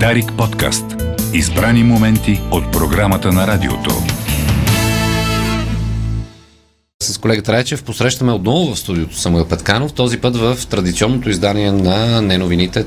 Дарик подкаст. Избрани моменти от програмата на радиото. С колегата Райчев посрещаме отново в студиото Самуил Петканов, този път в традиционното издание на неновините.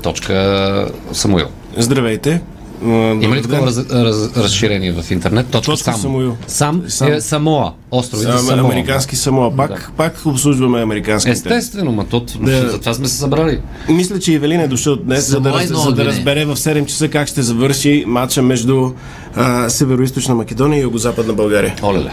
Самуил. Здравейте. Има ли такова раз, раз, разширение в интернет? Точка, Точка сам. Самуил. Сам, Сам. Е, Самоа. Островите Ам, Самоа. Американски Самоа. Пак, пак обслужваме американските. Естествено, ма тут, Да. за това сме се събрали. Мисля, че Ивелин е дошъл днес, за да, Самоа е раз, много за да добре. разбере в 7 часа как ще завърши матча между а, Североизточна Македония и Югозападна България. Олеле.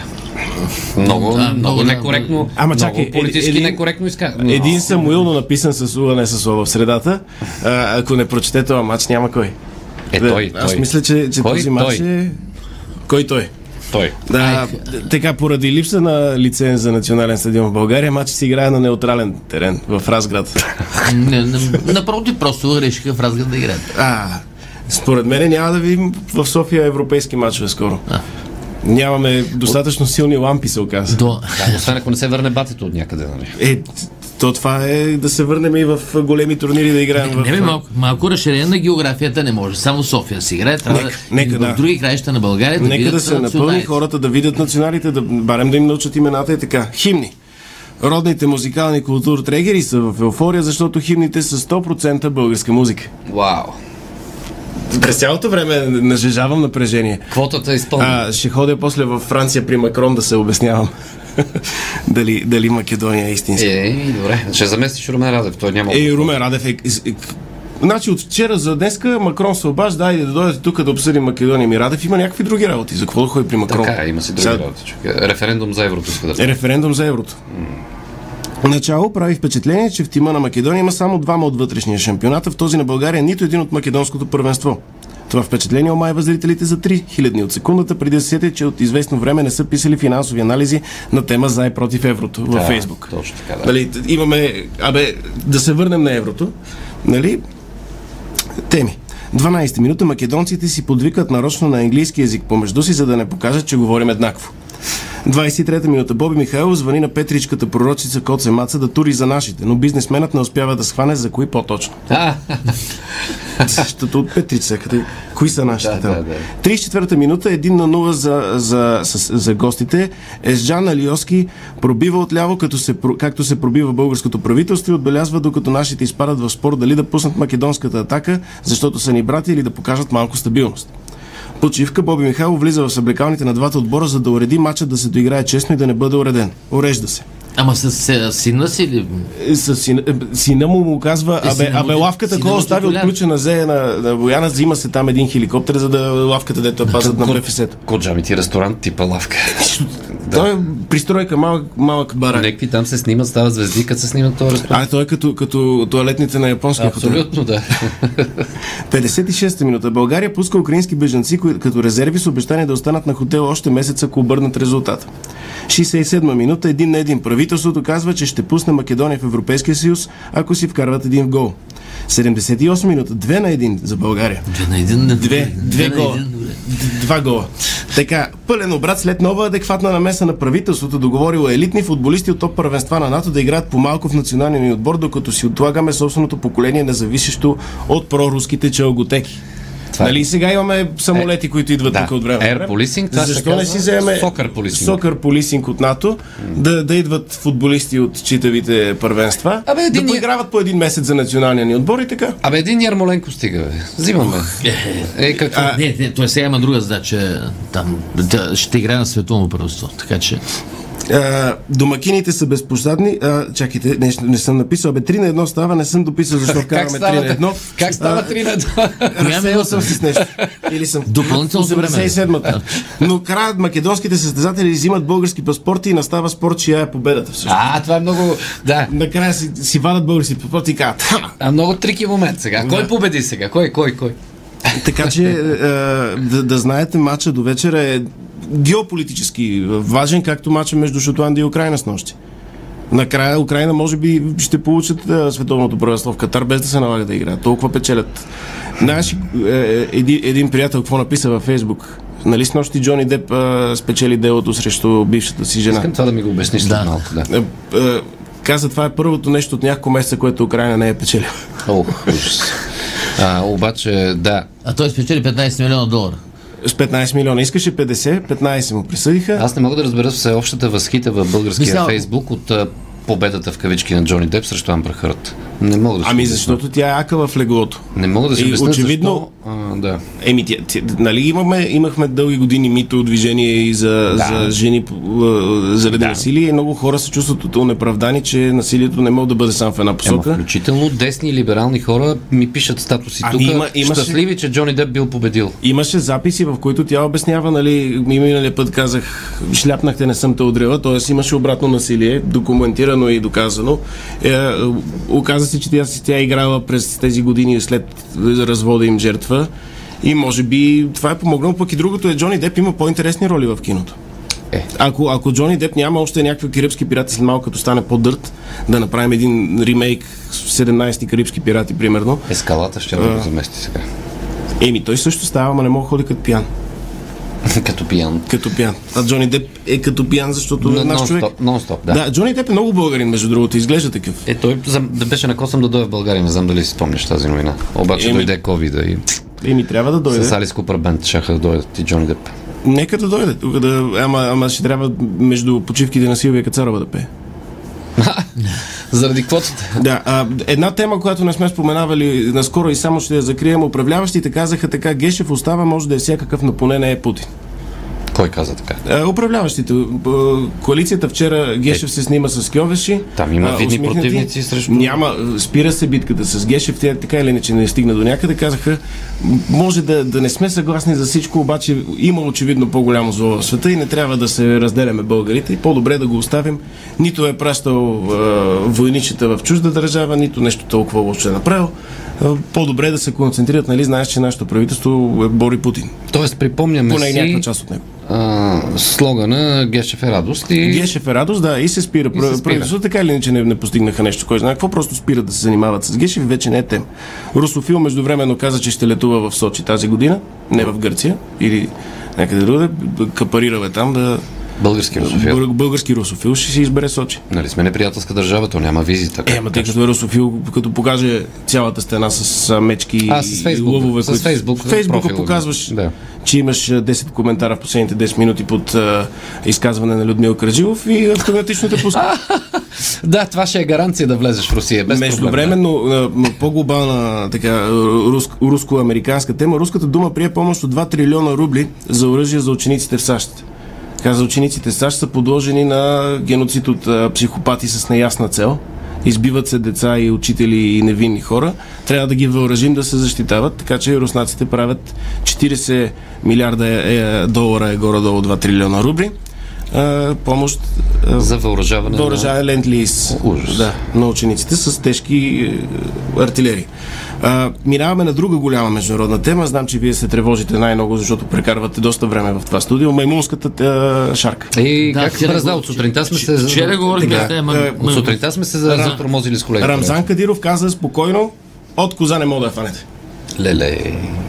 Много, много, много да. некоректно. Ама много чакай, е, политически един- некоректно изказване. Един Самуил, но написан с Уа, не с Уа в средата. А, ако не прочете този матч, няма кой. Е, Да, той, Аз той. мисля, че, че Кой този матч той? е... Кой той? Той. Да, т- така, поради липса на лиценз за национален стадион в България, матчът се играе на неутрален терен в Разград. Не, не, напротив, просто решиха в разгъл да играят. А, според мен няма да видим в София европейски матчове скоро. Нямаме достатъчно силни лампи, се оказа. До... Да, освен ако не се върне батето от някъде, нали? Е, то това е да се върнем и в големи турнири да играем. в... Не бе, малко, малко разширение на географията не може. Само София си играе. Трябва Нека- да, нека и в да. други краища на България да Нека видят да се напълни националите. хората, да видят националите, да барем да им научат имената и така. Химни. Родните музикални култур трегери са в еуфория, защото химните са 100% българска музика. Вау. През цялото време нажежавам напрежение. Квотата е изпълнена. А, ще ходя после във Франция при Макрон да се обяснявам дали, дали Македония е истинска. Е, добре. Ще заместиш Румен Радев, той няма. Е, Румен Радев е... е- е- Значи от вчера за днеска Макрон се обажда, айде да дойдете тук да обсъдим Македония. Ми Радев има някакви други работи. За какво да ходи при Макрон? Така, е, има си други Сега- работи. човек. Референдум за еврото иска да Е, Референдум за еврото. Начало прави впечатление, че в тима на Македония има само двама от вътрешния шампионата, в този на България нито един от македонското първенство. Това впечатление омайва зрителите за 3 хилядни от секундата, преди да се сетят, че от известно време не са писали финансови анализи на тема за и против еврото във Да, Фейсбук. точно така, да. Нали, т- имаме... Абе, да се върнем на еврото. Нали? Теми. 12 минута македонците си подвикат нарочно на английски язик помежду си, за да не покажат, че говорим еднакво. 23-та минута Боби Михайлов звъни на петричката пророчица Коце Маца да тури за нашите, но бизнесменът не успява да схване за кои по-точно. А, Защото от Петрица, къде... Кои са нашите Да, там? да, да. 34-та минута, 1 на 0 за, за, за, за гостите. Езджан Алиоски пробива отляво, като се, про- както се пробива българското правителство и отбелязва, докато нашите изпадат в спор дали да пуснат македонската атака, защото са ни брати или да покажат малко стабилност. Почивка Боби Михайлов влиза в съблекалните на двата отбора, за да уреди матча да се доиграе честно и да не бъде уреден. Урежда се. Ама с, с, сина си ли? Е, С сина, е, сина му му казва, Е, абе, сина му- абе лавката, сина кой му остави титуляр. отключена зея на, на Бояна, взима се там един хеликоптер, за да лавката, дето я пазят на БФС-то. коджами ти ресторант типа лавка. Той е пристройка, малък, малък барак. Некви там се снимат, стават звезди, като се снимат този ресторант. А той е като, като туалетните на японския хотел. Абсолютно да. 56-та минута. България пуска украински бежанци кои- като резерви с обещание да останат на хотела още месец, ако обърнат резултата. 67-ма минута. Един на един. Правителството казва, че ще пусне Македония в Европейския съюз, ако си вкарват един в гол. 78 минута. Две на един за България. Две на един. не- Две, две на гола. един, добре. Д- Два гола. Така, пълен обрат след нова адекватна намеса на правителството, договорило елитни футболисти от топ първенства на НАТО да играят по-малко в националния ни отбор, докато си отлагаме собственото поколение на зависещо от проруските челготеки. Това е. нали сега имаме самолети, които идват да. тук от време. на Air време? policing, това се Защо не казва си вземе soccer policing. soccer policing от НАТО, да, да идват футболисти от читавите първенства, Абе, един- да поиграват по един месец за националния ни отбор и така. Абе, един Ярмоленко стига, бе. Взимаме. Е, какво? А, Не, не, той сега има друга задача. Там, да, ще играе на световно първенство. Така че. А, домакините са безпощадни. А, чакайте, не, не съм написал. Бе, 3 на 1 става, не съм дописал защо Как вкарваме 3 става, на те- 1. как става 3 на 2? Коя Разсеял минута? съм си с нещо. Или съм... Допълнителното време. 87-та. Но краят македонските състезатели взимат български паспорти и настава спор, чия е победата всъщност. А, това е много... Да. Накрая си, си вадат български паспорти и казват. «Ха!» А, много трики момент сега. Кой победи сега? Кой, кой, кой? Така че е, да, да знаете, матча до вечера е геополитически важен, както матча между Шотландия и Украина с нощи. Накрая Украина може би ще получат е, световното първенство в Катар, без да се налага да играят. Толкова печелят. Знаеш, е, е, един, един приятел какво написа във Фейсбук? Нали с нощи Джони Деп е, спечели делото срещу бившата си жена? Искам това да ми го обясниш след Да. малко, да. Е, е, каза, това е първото нещо от няколко месеца, което Украина не е печелила. Ох, ужас. А, обаче, да, А той спечели 15 милиона долара. С 15 милиона искаше 50, 15 му присъдиха. Аз не мога да разбера всеобщата възхита в българския Мисля- Фейсбук от а, победата в кавички на Джони Деп срещу Амбър Хърт. Не мога да си Ами обясня. защото тя е акала в леглото. Не мога да си И обясня очевидно- защо. А, да. Еми, тя, тя, нали имаме, имахме дълги години мито движение и за, да. за жени по- а, заради да. насилие и много хора се чувстват унеправдани, че насилието не може да бъде само в една Ама посока. включително десни либерални хора ми пишат статуси Ами тук. има- имаше- Щастливи, че Джони Деп бил победил. Имаше записи, в които тя обяснява, нали, ми миналия път казах, шляпнахте, не съм те удрила, т.е. имаше обратно насилие, документирано и доказано. Е, е, оказа се, че тя, си- тя е играла през тези години след развода им жертва. И може би това е помогнало, пък и другото е, Джони Деп има по-интересни роли в киното. Е. Ако, ако Джони Деп няма още някакви карибски пирати след малко, като стане по-дърт, да направим един ремейк с 17 карибски пирати, примерно, Ескалата ще да го замести сега. еми той също става, ама не мога да ходи като пиян. Като пиян. Като пиян. А Джони Деп е като пиян, защото е наш човек. Нон-стоп, нон-стоп, да. Да. да, Джони Деп е много българин, между другото, изглежда такъв. Е, той за- да беше на косъм да дойде в България, не знам дали си спомняш тази новина. Обаче Еми- Е. дойде covid и Еми, трябва да дойде. с Алис Купър Бенд шаха да дойдат и Джони Деп. Нека да дойде. Тук да... Ама, ама ще трябва между почивките на Силвия Кацарова да пее. Заради квотата. Да, а, една тема, която не сме споменавали наскоро и само ще я закрием. Управляващите казаха така, Гешев остава, може да е всякакъв, но поне не е Путин. Кой каза така? А, Е, управляващите. а, Коалицията вчера Гешев се снима с Кьовеши. Е, Там има а, видни усмихнати. противници срещу- Няма. а, Спира се битката с Гешев. Тя така или иначе не е стигна до някъде. Казаха, м, може да, да не сме съгласни за всичко, обаче има очевидно по-голямо зло в света и не трябва да се разделяме българите. И по-добре да го оставим. Нито е пращал а, войничета в чужда държава, нито нещо толкова лошо е направил. А, по-добре е да се концентрират, нали? Знаеш, че нашето правителство е Бори Путин. Тоест, припомняме Поне някаква си част от него. а, слогана Гешев е радост и... Гешев е радост, да, и се спира. И се Пр- спира. Правителството така или иначе не, не постигнаха нещо, кой знае какво, просто спират да се занимават с Гешев и вече не е тема. Русофил междувременно каза, че ще летува в Сочи тази година, не в Гърция, или някъде другаде, капарираме там да... Български русофил. Бър- Български русофил ще си избере Сочи. Нали сме неприятелска държава, то няма визи така. Е, ама тъй като е русофил, като покаже цялата стена с а, мечки А, с Фейсбук. и лъвове, С Фейсбук Фейсбука профила ми. показваш, Да. да. че имаш а, 10 коментара в последните 10 минути под а, изказване на Людмил Краджилов и автоматично те пуска. Да, това ще е гаранция да влезеш в Русия. Без проблем, да. Междувременно, а, м, по-глобална така, а, руск- руско-американска тема, руската дума прие помощ от 2 трилиона рубли за оръжие за учениците в САЩ. Така, за учениците в САЩ са подложени на геноцид от а, психопати с неясна цел. Избиват се деца и учители и невинни хора. Трябва да ги въоръжим да се защитават, така че руснаците правят 40 милиарда е, е, долара е горе-долу 2 трилиона рубли. А, помощ е, а, За въоръжаване. Въоръжава е ленд лиз Ужас. да, на учениците с тежки е, артилерии. А, минаваме на друга голяма международна тема. Знам, че вие се тревожите най-много, защото прекарвате доста време в това студио. Маймунската а, шарка. На... И Да, как вчера да, го- от сутринта сме Че- се... Вчера говорихме за Така. тема. е, От сутринта сме се за- затормозили с колегите. Рамзан Кадиров каза спокойно, от коза не мога да я фанете. Леле,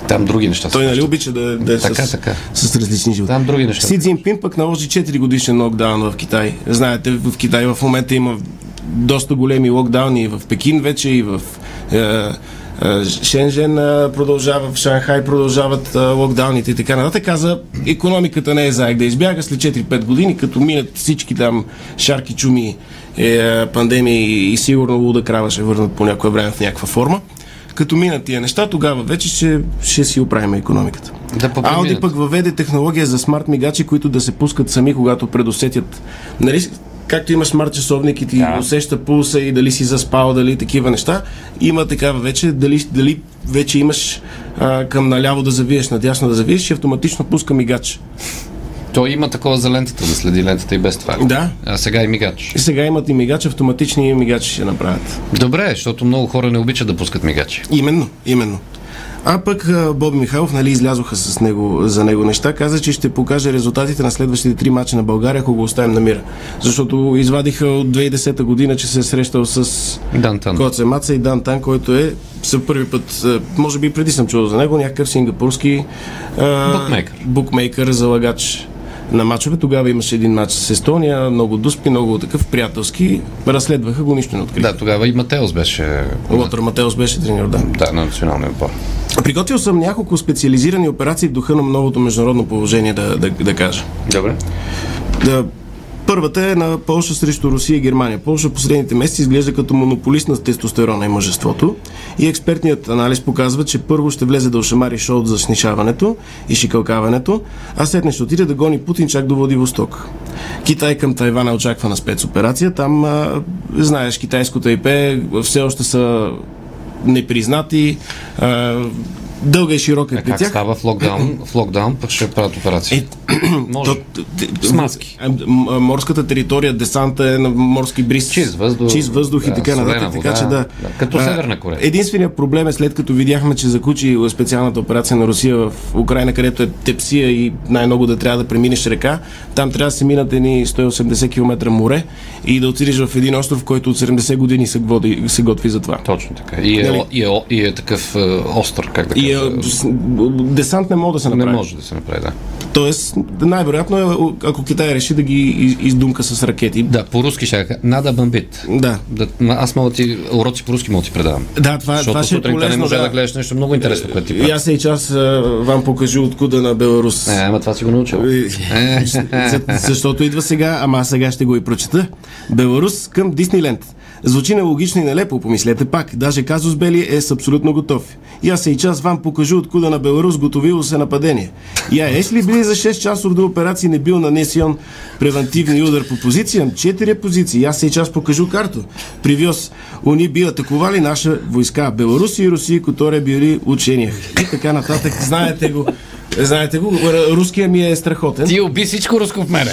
там други неща. Той са. нали обича да, да е Така, с, така. с различни животи. Там други неща. Си Цзинпин пък наложи 4 годишен локдаун в Китай. Знаете, в Китай в момента има доста големи локдауни и в Пекин вече, и в е, е, Шенжен е, продължава, в Шанхай продължават е, локдауните и така нататък. Каза, економиката не е заек да избяга след 4-5 години, като минат всички там шарки чуми, е, пандемии и сигурно луда крава ще върнат по някое време в някаква форма. Като минат тия неща, тогава вече ще, ще си оправим економиката. Да попреминат. Ауди пък въведе технология за смарт мигачи, които да се пускат сами, когато предусетят. Нали, както има смарт часовник и ти да. усеща пулса и дали си заспал, дали такива неща, има такава вече, дали, дали вече имаш а, към наляво да завиеш, надясно да завиеш и автоматично пуска мигач. Той има такова за лентата, да следи лентата и без това. Да. А сега и мигач. И сега имат и мигач, автоматични мигачи ще направят. Добре, защото много хора не обичат да пускат мигачи. Именно, именно. А пък а, Боб Михайлов, нали, излязоха с него, за него неща, каза, че ще покаже резултатите на следващите три мача на България, ако го оставим на мира. Защото извадиха от 2010 година, че се е срещал с Дантан. Коце Маца и Дан Тан, който е за първи път, а, може би преди съм чувал за него, някакъв сингапурски а, Букмейкър. букмейкър залагач. на мачове. Тогава имаше един мач с Естония, много дуспи, много такъв приятелски. Разследваха го, нищо не откриха. Да, тогава и Матеос беше Лотър Матеос беше тренер, да. да, на националния отбор. Приготвил съм няколко специализирани операции в духа на новото международно положение, да, да, да кажа. Добре. Да, първата е на Полша срещу Русия и Германия. Полша последните месеци изглежда като монополист на тестостерона и мъжеството. И експертният анализ показва, че първо ще влезе да ошамари шоу за снишаването и шикалкаването, а сетне ще отиде да гони Путин чак до Владивосток. Китай към Тайван е очаквана спецоперация. Там, а, знаеш, китайското ИП все още са непризнати. А, дълга и широка е А при как тях. става в локдаун? В локдаун пък ще правят операция. Е, Може. То- т- т- С маски. а, м- а, Морската територия, десанта е на морски бриз. Чист въздух. Чист въздух и Да, така солена нататък. Така вода. че да. Да, като А, Северна Корея. Единственият проблем е след като видяхме, че закучи специалната операция на Русия в Украина, където е тепсия и най-много да трябва да преминеш река. Там трябва да се минат едни 180 км море и да отидеш в един остров, който от 70 години се, води, се готви за това. Точно така. И е, Нали? о- и е, о- и е такъв е, остър, как да кажа. И е, с- десант не мога да се не направи. може да се направи, да. Тоест, най-вероятно е, ако Китай реши да ги из- издумка с ракети. Да, по-руски ще кажа. Нада бомбит. Да. Да, м- аз мога ти уроци по-руски мога ти предавам. Да, това, Защото това ще е сутринта не полезно. може да. да Е, гледаш нещо много интересно, което ти И правят. аз и час а, вам покажи откуда на Беларус. Е, ама това си го научил. И- Ами, е, За- Защото идва сега, ама аз сега ще го и прочета. Беларус към Дисниленд. Звучи нелогично и нелепо, помислете пак. Даже казус Бели е с абсолютно готов. Я се и час вам покажи откуда на Беларус готовило се нападение. Я еш ли били за 6 часов до операции не бил нанесен превентивни удар по позициям? Четири позиции. Я се и час покажу карто. Привез. Они би атакували наша войска. Беларус и Русия, которые били учения. И така нататък. Знаете го. Е, Знаете го, руския ми е страхотен. Ти уби всичко руско в мене.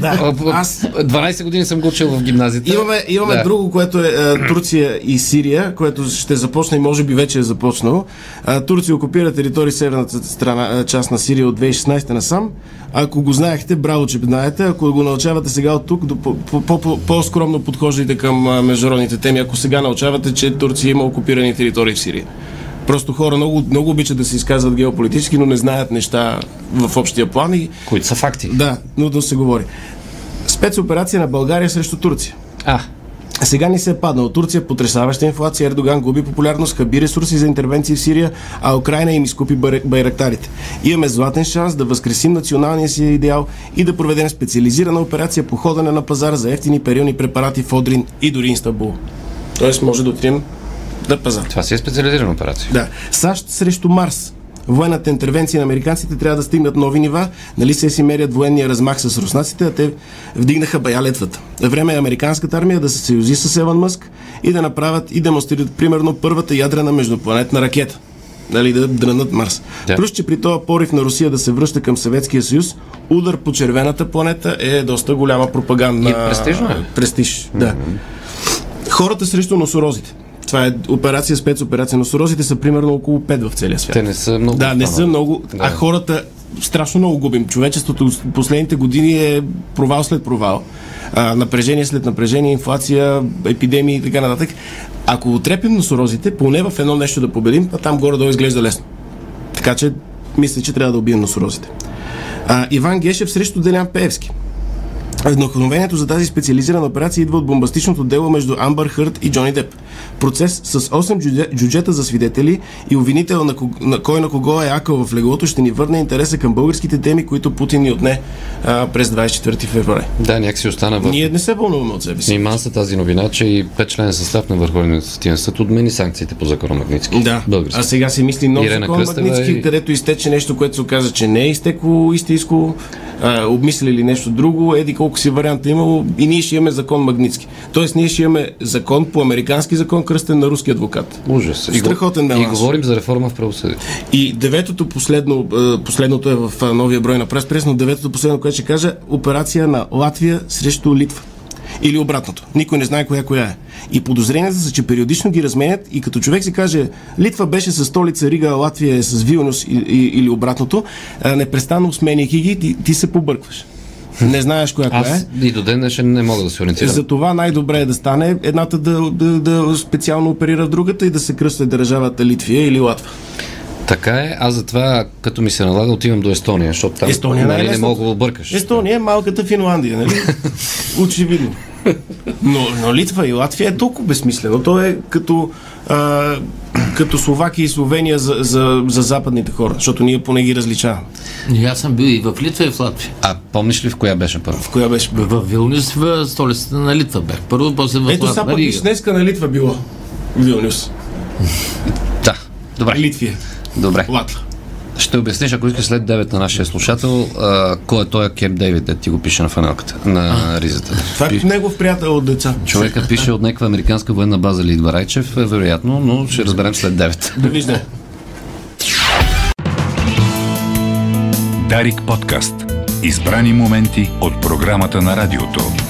Да, Аз аз- 12 години съм го учил в гимназията. Имаме, имаме да. друго, което е а, Турция и Сирия, което ще започне и може би вече е започнало. А, Турция окупира територии северната страна, а, част на Сирия от 2016 насам. Ако го знаехте, браво, че знаете. Ако го научавате сега от тук, до, по, по, по, по, по-скромно подхождайте към а, международните теми, ако сега научавате, че Турция има окупирани територии в Сирия. Просто хора много, много обичат да се изказват геополитически, но не знаят неща в общия план и Които са факти. да, нудно се говори. Спецоперация на България срещу Турция. А, Сега ни се е паднал. Турция потрясаваща инфлация, Ердоган губи популярност, хаби ресурси за интервенции в Сирия, а Украина им изкупи бар- байрактарите. Имаме златен шанс да възкресим националния си идеал и да проведем специализирана операция по ходене на пазара за ефтини периодни препарати в Одрин и дори Инстабул. Тоест може да отидем на пазар. това си е специализирана операция. Да. САЩ срещу Марс. Военната интервенция на американците трябва да стигнат нови нива. Нали се си мерят военния размах с руснаците, а те вдигнаха бая летвата. Време е американската армия да се съюзи с Еван Мъск и да направят и демонстрират примерно първата ядрена междупланетна ракета. Нали, да дрънат Марс. Да. Плюс, че при този порив на Русия да се връща към Съветския съюз, удар по червената планета е доста голяма пропаганда. И престижно е. Престиж, да. Хората срещу носорозите. Това е операция, спецоперация. Носорозите са примерно около 5 в целия свят. Те не са много. Да, не са останали. много. А хората страшно много губим. Човечеството с- последните години е провал след провал. А, напрежение след напрежение, инфлация, епидемии и така нататък. Ако отрепим носорозите, поне в едно нещо да победим, а там горе-долу изглежда лесно. Така че, мисля, че трябва да убием носорозите. А, Иван Гешев срещу Делян Пеевски. Вдъхновението за тази специализирана операция идва от бомбастичното дело между Амбър Хърт и Джони Деп. Процес с 8 джудже- джуджета за свидетели и обвинител на, ког... на кой на кого е акъл в леглото ще ни върне интереса към българските теми, които Путин ни отне а, през 24 февруари. Да, някакси остана в Ние не се вълнуваме от себе си. Снима Ами, се тази новина, че и петчлен състав на Върховния административен съд отмени санкциите по закона Магницки. Да, Български. а сега се мисли нов Ирена закон Кръстева Магницки, и- където изтече нещо, което се оказа, че не е изтекло истинско, а, обмислили нещо друго, еди колко си варианта имало и ние ще имаме закон Магницки. Тоест ние ще имаме закон по американски закон, кръстен на руски адвокат. Ужас. И го- Страхотен И меланж. говорим за реформа в правосъдието. И деветото последно, а, последното е в а, новия брой на прес прес, но деветото последно, което ще кажа, операция на Латвия срещу Литва. Или обратното. Никой не знае коя коя е. И подозренията са, че периодично ги разменят и като човек си каже, Литва беше с столица Рига, а Латвия е с Вилнюс и, и, или обратното, а, непрестанно сменяйки ги, ти, ти се побъркваш. Не знаеш коя коя е. Аз и до ден днешен не мога да се ориентирам. За това най-добре е да стане едната да, да, да специално оперира в другата и да се кръсне държавата Литвия или Латва. Така е, аз затова, като ми се налага, отивам до Естония, защото там Естония е нали, не най-лесното. мога да объркаш. Естония е малката Финландия, нали? Очевидно. Но, но Литва и Латвия е толкова безсмислено. То е като, а, като Словакия и Словения за, за, за западните хора, защото ние поне ги различаваме. И Аз съм бил и в Литва, и в Латвия. А помниш ли в коя беше първо? В коя беше? В Вилнюс, в столицата на Литва бях. Първо, после в Ето сега Латвия. нали пък виж, днеска на Литва било. Вилнюс. Да, добре. Литвия. Добре. Латва. Ще обясниш, ако искаш след 9 на нашия слушател, а, кой е той Кеп Дейвид, да ти го пише на фанелката, на ризата. Това е негов приятел от деца. Човека пише от някаква американска военна база Лидва Райчев, е, вероятно, но ще разберем след 9. Довиждане. Дарик подкаст. Избрани моменти от програмата на радиото.